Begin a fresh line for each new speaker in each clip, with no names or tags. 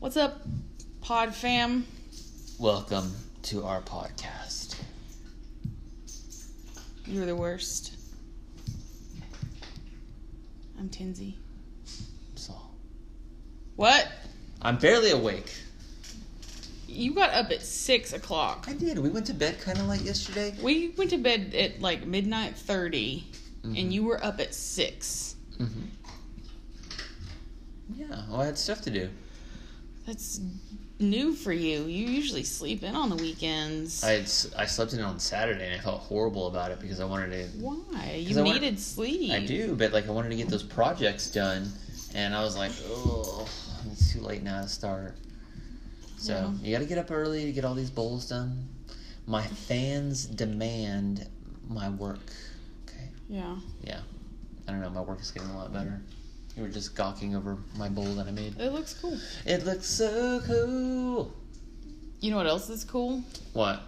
What's up, pod fam?
Welcome to our podcast.
You're the worst. I'm Tinsy.
So
What?
I'm barely awake.
You got up at six o'clock.
I did. We went to bed kind of late yesterday.
We went to bed at like midnight 30 and
Mhm.
you were up at six.
Mm-hmm. Yeah. Well, I had stuff to do.
That's new for you. You usually sleep in on the weekends.
I had, s- I slept in on Saturday and I felt horrible about it because I wanted to.
Why?
'Cause
You
I wanna-
needed sleep.
I do, but like I wanted to get those projects done, and I was like, oh, it's too late now to start. So
Yeah.
you got to get up early to get all these bowls done. My fans demand my work. Okay.
Yeah.
Yeah. I don't know, my work is getting a lot better. You were just gawking over my bowl that I made.
It looks cool.
It looks so cool.
You know what else is cool?
What?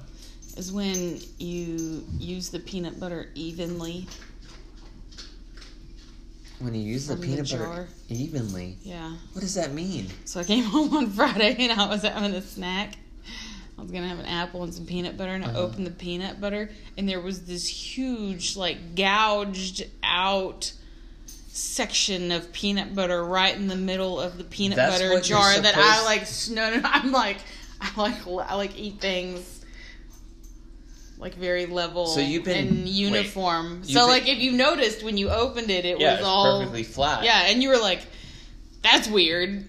Is when you use the peanut butter evenly
When you use the
From the
peanut butter
jar.
evenly,
Yeah.
what does that mean?
So I came home on Friday and I was having a snack. I was gonna have an apple and some peanut butter,
Uh-huh.
and I opened the peanut butter, and there was this huge, like, gouged out section of peanut butter right in the middle of the peanut
That's
butter
what you're
jar that I
supposed-
like. s- No, no, no, I'm like, I like, l- I like eat things. Like very level
So you've been-
and
wait.
uniform.
You've
so
been-
like if you noticed when you opened it, it was
it's
all
perfectly flat.
yeah, and you were like, "That's weird."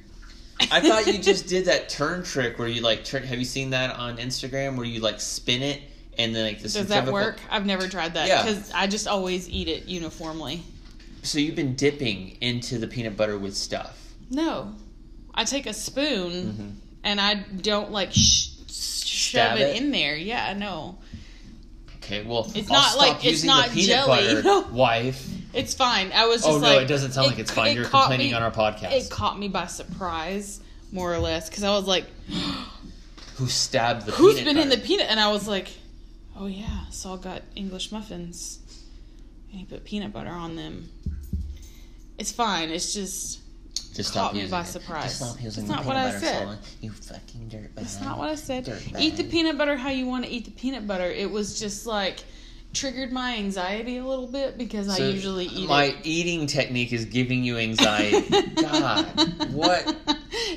I thought you just did that turn trick where you like trick. Have you seen that on Instagram where you like spin it and then like the
Does that
centrifugal-
work? I've never tried that
Yeah.
because I just always eat it uniformly.
So you've been dipping into the peanut butter with stuff.
No, I take a spoon and I don't like sh- shove
Mm-hmm. Stab
it,
it?
in there. Yeah, no,
Okay, well,
It's
I'll
not
stop
like- it's
using
not
the peanut
jelly,
butter,
you know?
wife.
it's fine. I was just
Oh no,
like,
it doesn't sound like it's fine.
it
You're
caught
complaining
me-
on our podcast.
It caught me by surprise, more or less, because I was like,
who stabbed the
"Who's
peanut
been in the
butter.
peanut?" And I was like, "Oh yeah, Saul got English muffins, and he put peanut butter on them." It's fine. It's just.
just
caught
stop
me
using
by
it.
surprise.
Just stop using
That's
the
not
peanut
what I
butter,
said.
Solon. You fucking dirtbag.
That's not what I said.
Dirtbag.
Eat the peanut butter how you want to eat the peanut butter. It was just like triggered my anxiety a little bit because I
So
usually eat
my
it.
eating technique is giving you anxiety. God, what?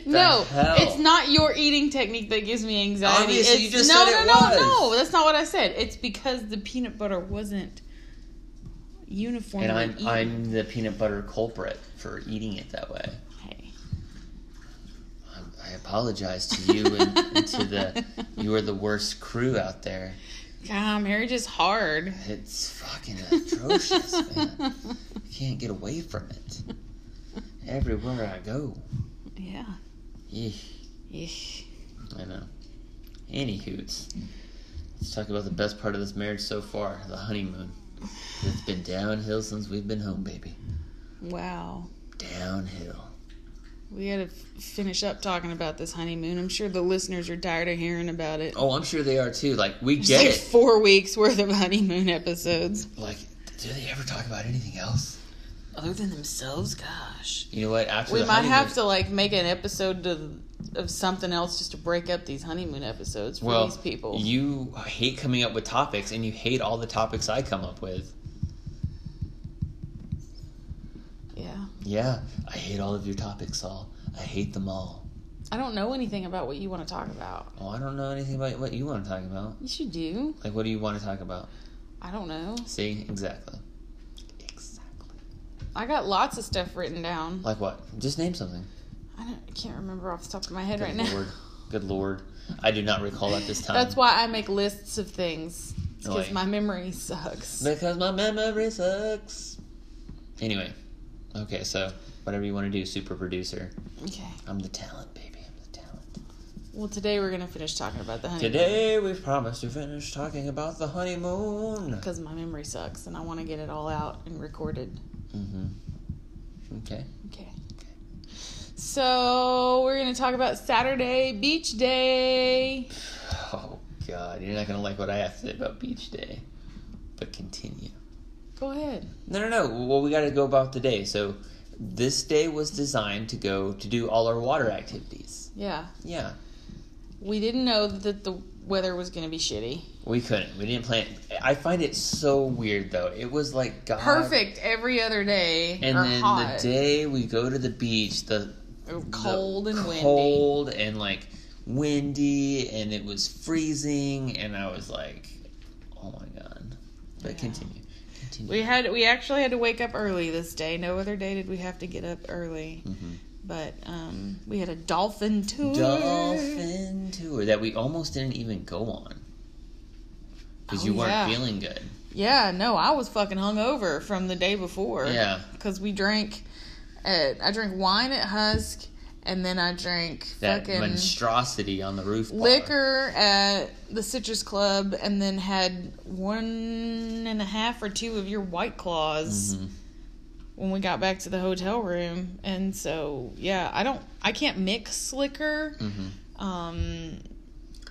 no,
hell?
it's not your eating technique that gives me anxiety.
Obviously,
it's,
you just
no,
said
no,
it
no,
was.
no. That's not what I said. It's because the peanut butter wasn't uniformly
And I'm
eaten.
I'm the peanut butter culprit for eating it that way.
Hey.
I'm, I apologize to you and, and to the you are the worst crew out there.
God, marriage is hard.
It's fucking atrocious, man. I can't get away from it. Everywhere I go.
yeah.
Eek.
Eesh.
I know. Any hoots. Let's talk about the best part of this marriage so far the honeymoon. It's been downhill since we've been home, baby.
Wow.
Downhill.
We gotta f- finish up talking about this honeymoon. I'm sure the listeners are tired of hearing about it.
Oh, I'm sure they are too. Like, we
There's
get
like
it.
four weeks worth of honeymoon episodes.
Like, do they ever talk about anything else?
Other than themselves, gosh.
You know what? After
We
the
might have
honeymoon-
to like make an episode to, of something else just to break up these honeymoon episodes for
well,
these people.
You hate coming up with topics, and you hate all the topics I come up with.
yeah.
Yeah, I hate all of your topics, all. I hate them all.
I don't know anything about what you want to talk about.
Oh, I don't know anything about what you want to talk about.
You should do.
Like, what do you want to talk about?
I don't know.
See, exactly. Exactly.
I got lots of stuff written down.
Like what? Just name something.
I, don't, I can't remember off the top of my head
Good
right
lord.
now.
Good lord. I do not recall at this time.
That's why I make lists of things because
Really?
my memory sucks.
Because my memory sucks. Anyway. Okay, so whatever you want to do, super producer.
Okay.
I'm the talent, baby. I'm the talent.
Well, today we're gonna finish talking about the honeymoon
Today we promised to finish talking about the honeymoon.
because my memory sucks and I want to get it all out and recorded.
Mm-hmm. Okay.
Okay. So we're gonna talk about Saturday beach day.
Oh god, you're not gonna like what I have to say about beach day. But continue.
Go ahead.
No, no, no. Well, we got to go about the day. So this day was designed to go to do all our water activities.
Yeah.
Yeah.
We didn't know that the weather was going to be shitty.
We couldn't. We didn't plan. I find it so weird though. It was like God.
Perfect every other day.
Uh, And
or
then
hot.
the day we go to the beach, the
Or
the
cold and windy.
cold and like windy, and it was freezing, and I was like, oh my god. But
Yeah.
continue. Continue.
We had we actually had to wake up early this day. No other day did we have to get up early.
Mhm.
But um, we had a dolphin tour. Mm.
dolphin tour that we almost didn't even go on because
Oh,
you weren't
yeah.
feeling good.
Yeah, no, I was fucking hungover from the day before.
Yeah,
because we drank. At, I drank wine at Husk, and then I drank
that
fucking
monstrosity on the roof. bar.
liquor at the Citrus Club, and then had one and a half or two of your White Claws
Mhm.
when we got back to the hotel room. And so, yeah, I don't, I can't mix liquor.
Mhm.
Um,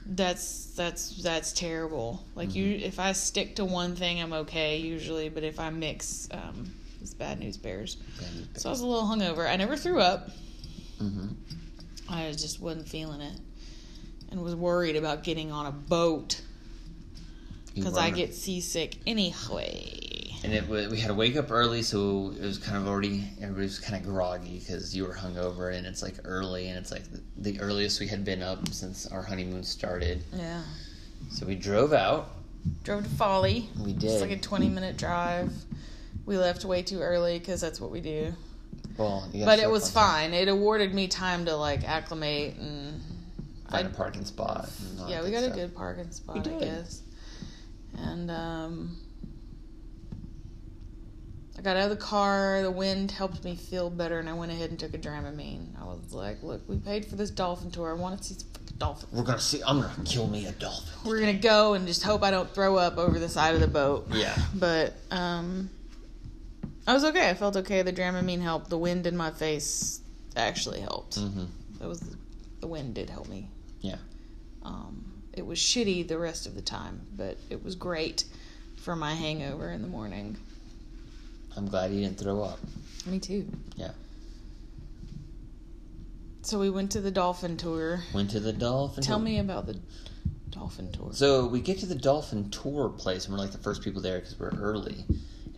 that's that's that's terrible. Like you,
Mm-hmm.
if I stick to one thing, I'm okay usually. But if I mix, um, it's bad news bears. So I was a little hungover. I never threw up.
Mhm.
I just wasn't feeling it, and was worried about getting on a boat
You
because I
were.
get seasick anyway.
And it was, we had to wake up early, so it was kind of already everybody was kind of groggy because you were hungover, and it's like early, and it's like the, the earliest we had been up since our honeymoon started.
Yeah,
So we drove out.
drove to Folly.
We
It's
did.
like a 20 minute drive. We left way too early because that's what we do.
well, you gotta
but it
show
was
up on time,
fine. It awarded me time to like acclimate and
Find
I-
a parking spot. and all
yeah,
that
we got a
stuff.
good parking spot,
We
I
did.
guess. And um, I got out of the car. The wind helped me feel better, and I went ahead and took a Dramamine. I was like, "Look, we paid for this dolphin tour. I want to see some fucking dolphins.
We're gonna see. I'm gonna kill me a dolphin.
We're gonna go and just hope I don't throw up over the side of the boat."
Yeah.
But um, I was okay. I felt okay. The Dramamine helped. The wind in my face actually helped.
Mm-hmm.
That was the wind did help me.
Yeah.
Um, it was shitty the rest of the time, but it was great for my hangover in the morning.
I'm glad you didn't throw up.
Me too.
Yeah.
So we went to the dolphin tour.
Went to the dolphin.
Tell
tour.
me about the dolphin tour.
So we get to the dolphin tour place, and we're like the first people there because we're early,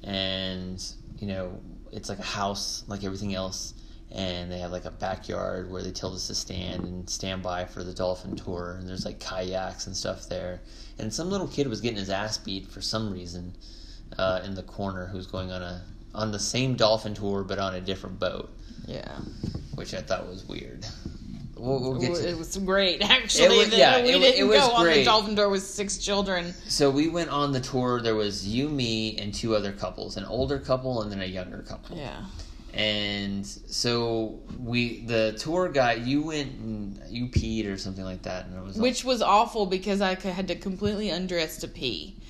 and you know it's like a house, like everything else, and they have like a backyard where they told us to stand and stand by for the dolphin tour, and there's like kayaks and stuff there, and some little kid was getting his ass beat for some reason, uh, in the corner who was going on a on the same dolphin tour but on a different boat,
yeah,
which I thought was weird. We'll, we'll get
Well,
to
it was great actually.
was-
that
yeah,
we
it wa-
didn't
it was
go on the
great.
dolphin tour with six children.
So we went on the tour. There was you, me, and two other couples, an older couple and then a younger couple.
Yeah,
And so we, the tour guy, you went and you peed or something like that, and it was
which was awful because I c- had to completely undress to pee
Yeah,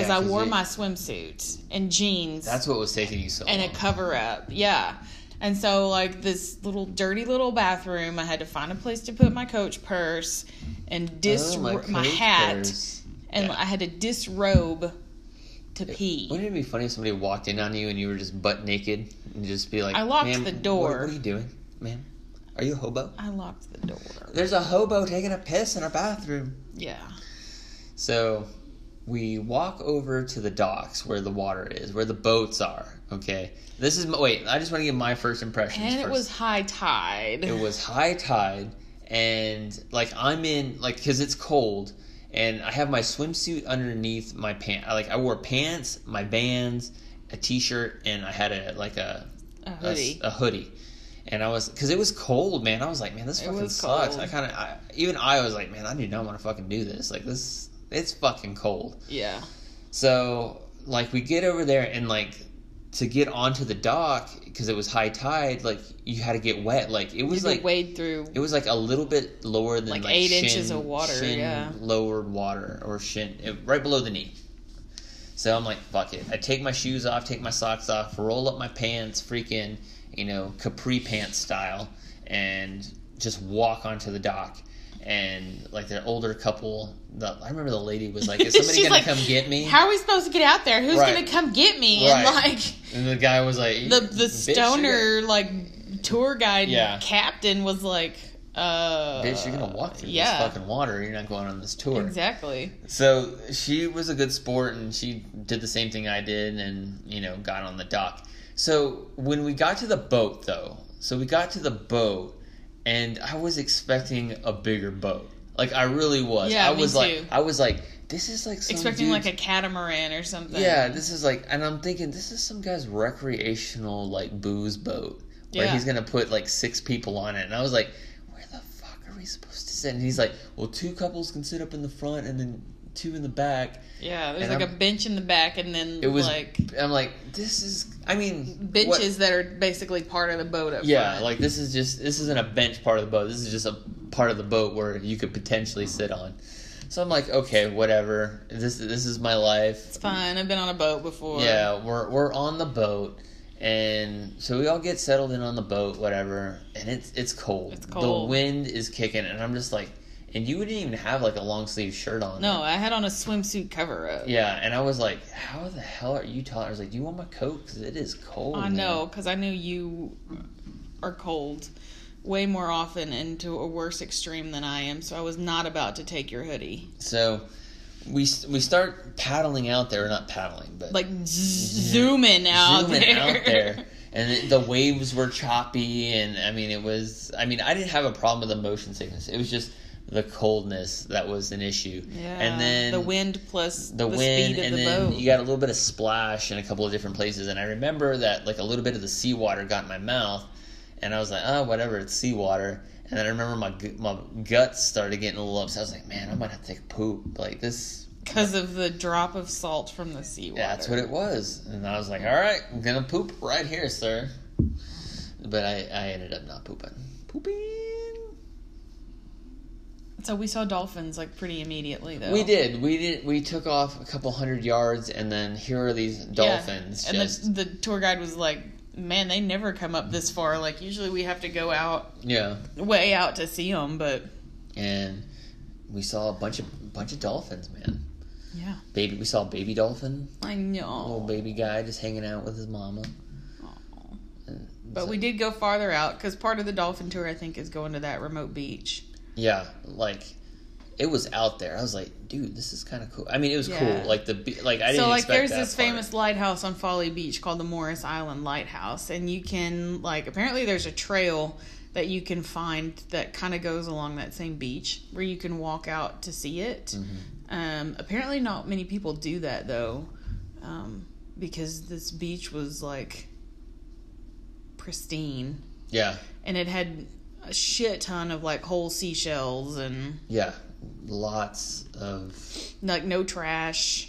because I
'cause
wore
it-
my swimsuit and jeans.
that's what was taking you so
and
long.
a cover up. Yeah. And so like this little dirty little bathroom, I had to find a place to put my coach purse and dis
Oh,
my,
coat
hat
purse.
and
Yeah.
I had to disrobe to pee.
Wouldn't it be funny if somebody walked in on you and you were just butt naked and just be like,
I locked
"Ma'am,
the
what-
door."
What, are you doing, ma'am? Are you a hobo?
I locked the door.
There's a hobo taking a piss in our bathroom.
Yeah.
So we walk over to the docks where the water is, where the boats are. Okay, this is my, wait. I just want to give my first impressions.
And it
first.
was high tide.
it was high tide, and like I'm in like because it's cold, and I have my swimsuit underneath my pant. I, Like I wore pants, my bands, a t-shirt, and I had a like a
a
a s-
hoodie.
A, hoodie. And I was, cause it was cold, man. I was like, man, this
It
fucking
was
sucks.
cold.
I kind of, even I was like, man, I do not want to fucking do this. Like this, it's fucking cold.
yeah.
So like we get over there and like to get onto the dock because it was high tide. Like you had to get wet. Like it
It was
was like
wade through.
it was like a little bit lower than
Like
like,
eight
shin-
inches of water,
shin
yeah.
lower water or shin eh, right below the knee. So I'm like, fuck it. I take my shoes off, take my socks off, roll up my pants, freaking, you know, capri pants style, and just walk onto the dock. and like the older couple. The, I remember the lady was like, "Is somebody
She's
gonna
like,
come get me?"
How are we supposed to get out there? Who's
Right.
gonna come get me? And
Right.
like
and the guy was like,
the the
"Bitch, you're
stoner like tour guide
Yeah.
captain was like, uh,
gonna- Bitch, you're gonna walk through
yeah,
this fucking water. You're not going on this tour.
exactly.
So she was a good sport, and she did the same thing I did, and you know, got on the dock. So when we got to the boat, though, so we got to the boat, and I was expecting a bigger boat. Like I really was.
Yeah,
I
me
was like,
too.
I was like, this is like some
Expecting
dude's-
like a catamaran or something.
yeah, this is like, and I'm thinking this is some guy's recreational like booze boat where
Yeah.
he's gonna put like six people on it, and I was like, where the fuck are we supposed to sit? And he's like, well, two couples can sit up in the front, and then two in the back.
yeah. There's
And
like
I'm-
a bench in the back, and then
It was
like
I'm like, this is. I mean, what-
benches that are basically part of the boat up
yeah,
front.
like this is just this isn't a bench part of the boat. This is just a part of the boat where you could potentially sit on. So I'm like, okay, whatever. This this is my life.
it's fine. I've been on a boat before.
Yeah, we're we're on the boat, and so we all get settled in on the boat, whatever. And it's it's cold.
It's cold.
The wind is kicking, and I'm just like, and you didn't even have like a long sleeve shirt on.
No, I had on a swimsuit cover up.
Yeah, and I was like, how the hell are you talking? I was like, do you want my coat? Because it is cold.
I
Oh, man."
know, because I knew you are cold way more often and to a worse extreme than I am, so I was not about to take your hoodie.
So we we start paddling out there, not paddling, but
Like, z- zooming out
zooming
there.
out there. And it, the waves were choppy, and I mean, it was. I mean, I didn't have a problem with the motion sickness. It was just the coldness that was an issue.
Yeah.
And then
the wind plus
the
the,
wind,
speed of
and
the
then
boat.
you got a little bit of splash in a couple of different places. And I remember that like a little bit of the seawater got in my mouth, and I was like, oh, whatever, it's seawater. And then I remember my gu- my guts started getting a little upset. I was like, man, I might have to take poop. Like this,
Because of the drop of salt from the seawater.
yeah, that's what it was. And I was like, all right, I'm gonna poop right here, sir. But I I ended up not pooping. Pooping.
So we saw dolphins, like, pretty immediately, though.
We did. We did. We took off a couple hundred yards, and then here are these
Yeah.
dolphins.
And
just
the, the tour guide was like, man, they never come up this far. Like, usually we have to go out,
yeah.
way out to see them, but
and we saw a bunch of bunch of dolphins, man.
yeah.
Baby, we saw a baby dolphin,
I know.
little baby guy just hanging out with his mama. And
But
so-
we did go farther out because part of the dolphin tour, I think, is going to that remote beach.
yeah, like it was out there. I was like, dude, this is kind of cool. I mean, it was
Yeah.
cool. Like the be- like I didn't.
So, like,
expect
there's
that
this
part.
famous lighthouse on Folly Beach called the Morris Island Lighthouse, and you can like apparently there's a trail that you can find that kind of goes along that same beach where you can walk out to see it.
Mm-hmm.
Um, apparently, not many people do that though, um, because this beach was like pristine
Yeah,
and it had a shit ton of like whole seashells and.
yeah, lots of
like no trash.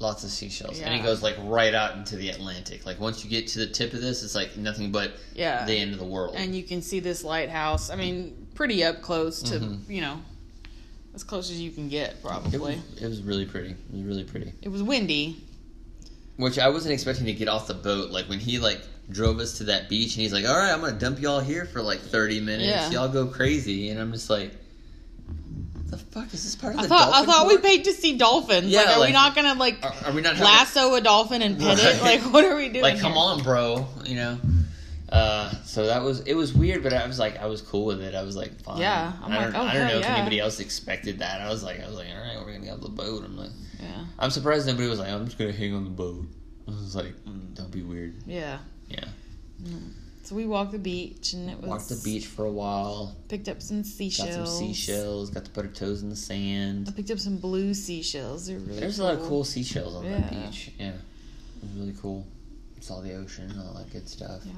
lots of seashells, and
Yeah.
it goes like right out into the Atlantic. Like once you get to the tip of this, it's like nothing but
Yeah.
the end of the world.
and you can see this lighthouse. I mean, pretty up close to,
Mm-hmm.
you know, as close as you can get
it,
probably.
was,
It,
it was really pretty. It was really pretty.
was windy.
Which I wasn't expecting to get off the boat. Like when he like drove us to that beach, and he's like, "All right, I'm gonna dump y'all here for like 30 minutes.
Yeah.
Y'all go crazy." And I'm just like, "The fuck is this part of
I
the
thought I
dolphin
thought we
tour?
paid to see dolphins.
Yeah,
like, are we
like- uh,
not gonna like
Are, are we not having,
lasso a dolphin and pet it?
Right.
Like, what are we doing?
like come
here?
on, bro? You know." Uh, so that was it was weird, but I was like I was cool with it. I was like fine.
Yeah, I'm
I
like,
don't,
oh,
I don't
hell
know if
yeah.
anybody else expected that. I was like I was like all right, we're gonna get off the boat. I'm like
Yeah,
I'm surprised nobody was like I'm just gonna hang on the boat. I was like mm, don't be weird.
yeah.
Yeah,
So we walked the beach and it was
walked the beach for a while.
Picked up some
Got
seashells.
some seashells. Got to put her toes in the
I
sand.
picked up some blue seashells. They're really
There's a lot of cool seashells on that
Yeah.
beach. Yeah, it was really cool. Saw the ocean, all that good stuff.
Yeah.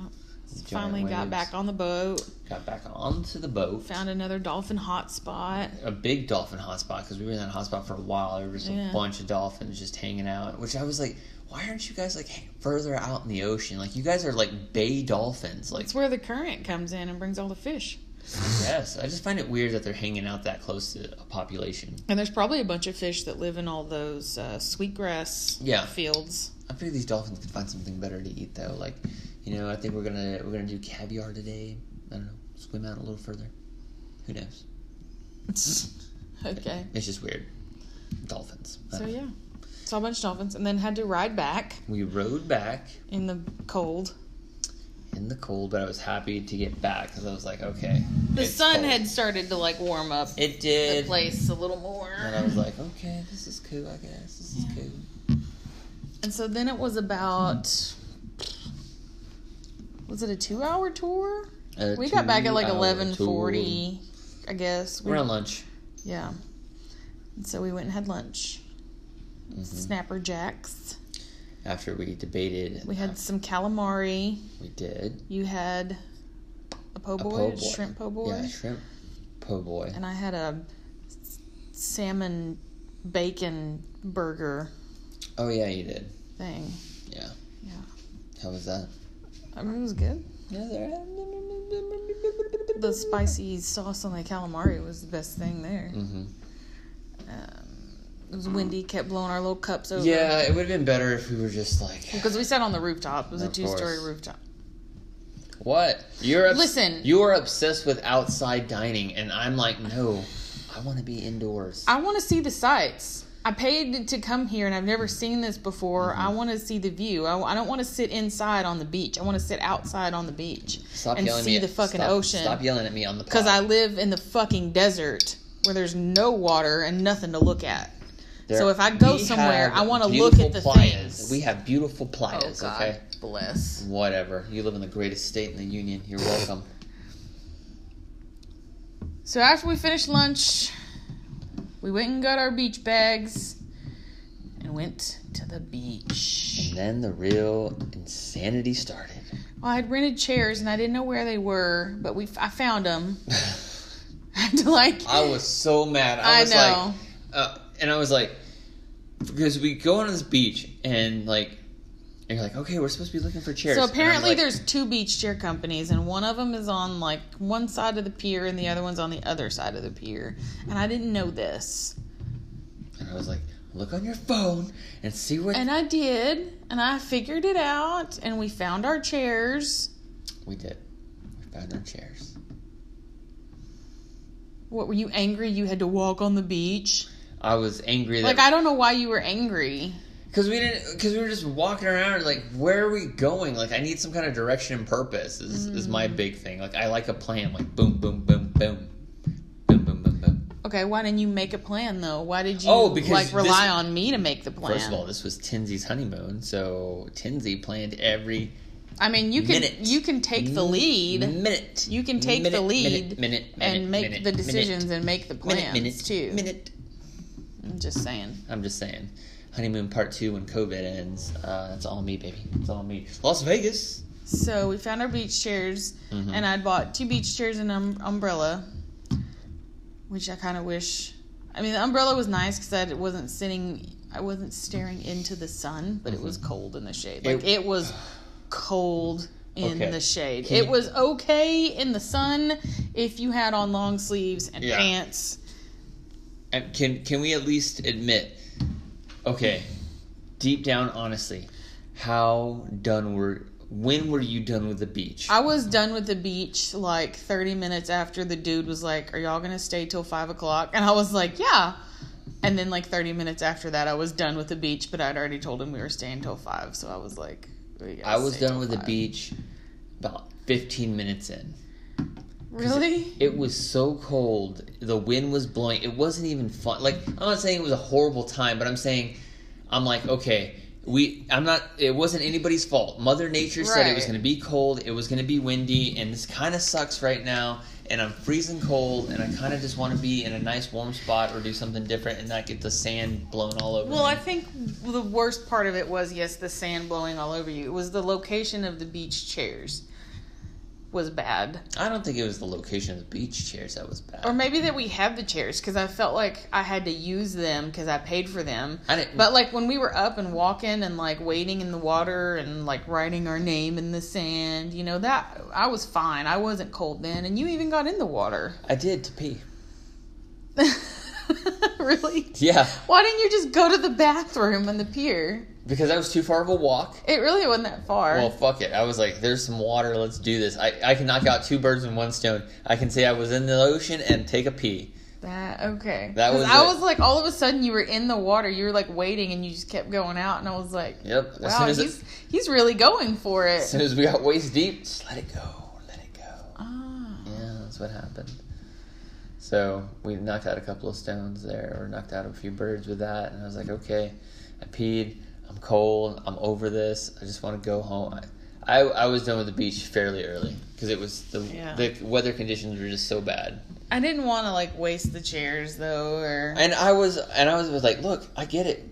Giant
Finally got
waves.
back on the boat.
Got back onto the boat.
Found another dolphin hotspot.
a big dolphin hotspot because we were in that hotspot for a while. There was
Yeah.
a bunch of dolphins just hanging out, which I was like, why aren't you guys like hang- further out in the ocean? Like you guys are like bay dolphins. Like
It's where the current comes in and brings all the fish.
yes, I just find it weird that they're hanging out that close to a population.
And there's probably a bunch of fish that live in all those uh, sweetgrass
Yeah.
fields.
I figure these dolphins could find something better to eat though. Like, you know, I think we're gonna we're gonna do caviar today. I don't know, swim out a little further. Who knows?
Okay.
It's just weird. Dolphins.
So yeah, saw a bunch of dolphins and then had to ride back
We rode back
in the cold.
in the cold, but I was happy to get back because I was like, okay.
The
it's
sun
cold.
had started to like warm up
It
the
did.
place a little more.
And I was like, okay, this is cool, I guess. This is cool.
And so then it was about was it a two hour tour?
A
we got back at like
two-hour
eleven
tour.
forty, I guess. We,
We're on lunch.
yeah. And so we went and had lunch.
Mm-hmm.
Snapper jacks.
After we debated,
We had some calamari.
we did
You had a po'
a
boy,
po' boy.
shrimp po' boy,
Yeah, shrimp po' boy.
and I had a s- salmon bacon burger
Oh yeah, you did.
thing.
Yeah.
Yeah,
How was that?
I mean, it was good.
Yeah,
The spicy sauce on the calamari was the best thing there.
hmm
Um, it was windy, kept blowing our little cups over.
Yeah, it would have been better if we were just like,
Because we sat on the rooftop. It was a
Of
two story
course.
rooftop.
what? You're obs-
Listen.
You are obsessed with outside dining, and I'm like, no, I want to be indoors.
I want to see the sights. I paid to come here and I've never seen this before.
Mm-hmm.
I want to see the view. I, I don't want to sit inside on the beach. I want to sit outside on the beach
Stop
and
yelling at
see
me.
the fucking
stop, Stop
ocean.
yelling at me on the
Because I
pod.
live in the fucking desert where there's no water and nothing to look at. so if I go
we
somewhere,
have
I want to look at
beautiful
the
playas.
things.
We have beautiful
oh,
playas.
God.
okay.
Bless.
Whatever. You live in the greatest state in the union. You're welcome.
So after we finished lunch, we went and got our beach bags and went to the beach.
and then the real insanity started.
Well, I had rented chairs and I didn't know where they were, but we I found them. I had to like
I was so mad. I,
I
was
know.
like, uh, and I was like, because we go on this beach and like, and you're like, okay, we're supposed to be looking for chairs.
so
And I'm
apparently
like-
there's two beach chair companies and one of them is on like one side of the pier and the other one's on the other side of the pier and I didn't know this
And I was like, look on your phone and see what
and I did and I figured it out and we found our chairs
we did. We found our chairs.
what were you angry you had to walk on the beach
I was angry that
like I don't know why you were angry
Because we didn't. Because we were just walking around. Like, where are we going? Like, I need some kind of direction and purpose. Is is my
Mm.
big thing. Like, I like a plan. Like, boom, boom, boom, boom, boom, boom, boom, boom.
okay why didn't you make a plan though why did you
Oh, because
like
this-
rely on me to make the plan
First of all, this was Tinsy's honeymoon, so Tinsy planned every
I mean, you can
Minute.
you can take the lead
minute.
You can take the
minute,
lead
minute, minute, minute,
and make
minute,
the
minute,
decisions and make the plans
minute, minute,
too.
Minute.
I'm just saying.
I'm just saying, honeymoon part two when COVID ends. Uh, that's all me, baby. It's all me. Las Vegas.
So we found our beach chairs,
Mm-hmm.
and I bought two beach chairs and an um, umbrella, which I kind of wish. I mean, the umbrella was nice because I wasn't sitting, I wasn't staring into the sun, but it was cold in the shade. Like
Mm-hmm. It-
it, was cold in
Okay.
the shade.
Can
it
you-
was okay in the sun if you had on long sleeves and
Yeah.
pants.
And can can we at least admit okay deep down honestly how done were when were you done with the beach
I was done with the beach like 30 minutes after the dude was like, Are y'all gonna stay till five o'clock? And I was like, Yeah. And then like 30 minutes after that, I was done with the beach, but I'd already told him we were staying till five. So I was like, "We gotta
I was
stay
done
till
with the
five."
beach about 15 minutes in
Really?
it was so cold the wind was blowing it wasn't even fun like i'm not saying it was a horrible time but i'm saying i'm like okay we i'm not it wasn't anybody's fault mother nature said it was
Right.
going to be cold it was going to be windy and this kind of sucks right now and i'm freezing cold and i kind of just want to be in a nice warm spot or do something different and not get the sand blown all over
Well,
me.
I think the worst part of it was yes, the sand blowing all over you. It was the location of the beach chairs was bad.
I don't think it was the location of the beach chairs that was bad
Or maybe that we had the chairs because I felt like I had to use them because I paid for them.
I didn't-
But like when we were up and walking and like wading in the water and like writing our name in the sand, you know that I was fine. I wasn't cold then, and you even got in the water.
i did to pee
really?
yeah
Why didn't you just go to the bathroom on the pier?
because that was too far of a walk
It really wasn't that far.
Well, fuck it. I was like, there's some water. Let's do this. I, I can knock out two birds with one stone. I can say I was in the ocean and take a pee.
That okay.
That
'Cause
was
I
it.
was like, all of a sudden, you were in the water. You were like waiting, and you just kept going out, and I was like,
Yep. As
wow,
soon as, it-
he's he's really going for it.
as soon as we got waist deep, just let it go, let it go.
Ah.
Yeah, that's what happened. So we knocked out a couple of stones there, or knocked out a few birds with that, and I was like, okay, I peed. I'm cold. I'm over this. I just want to go home. I, I, I was done with the beach fairly early because it was the
Yeah.
the weather conditions were just so bad.
I didn't want to like waste the chairs though, or
And I was and I was, was like, look, I get it.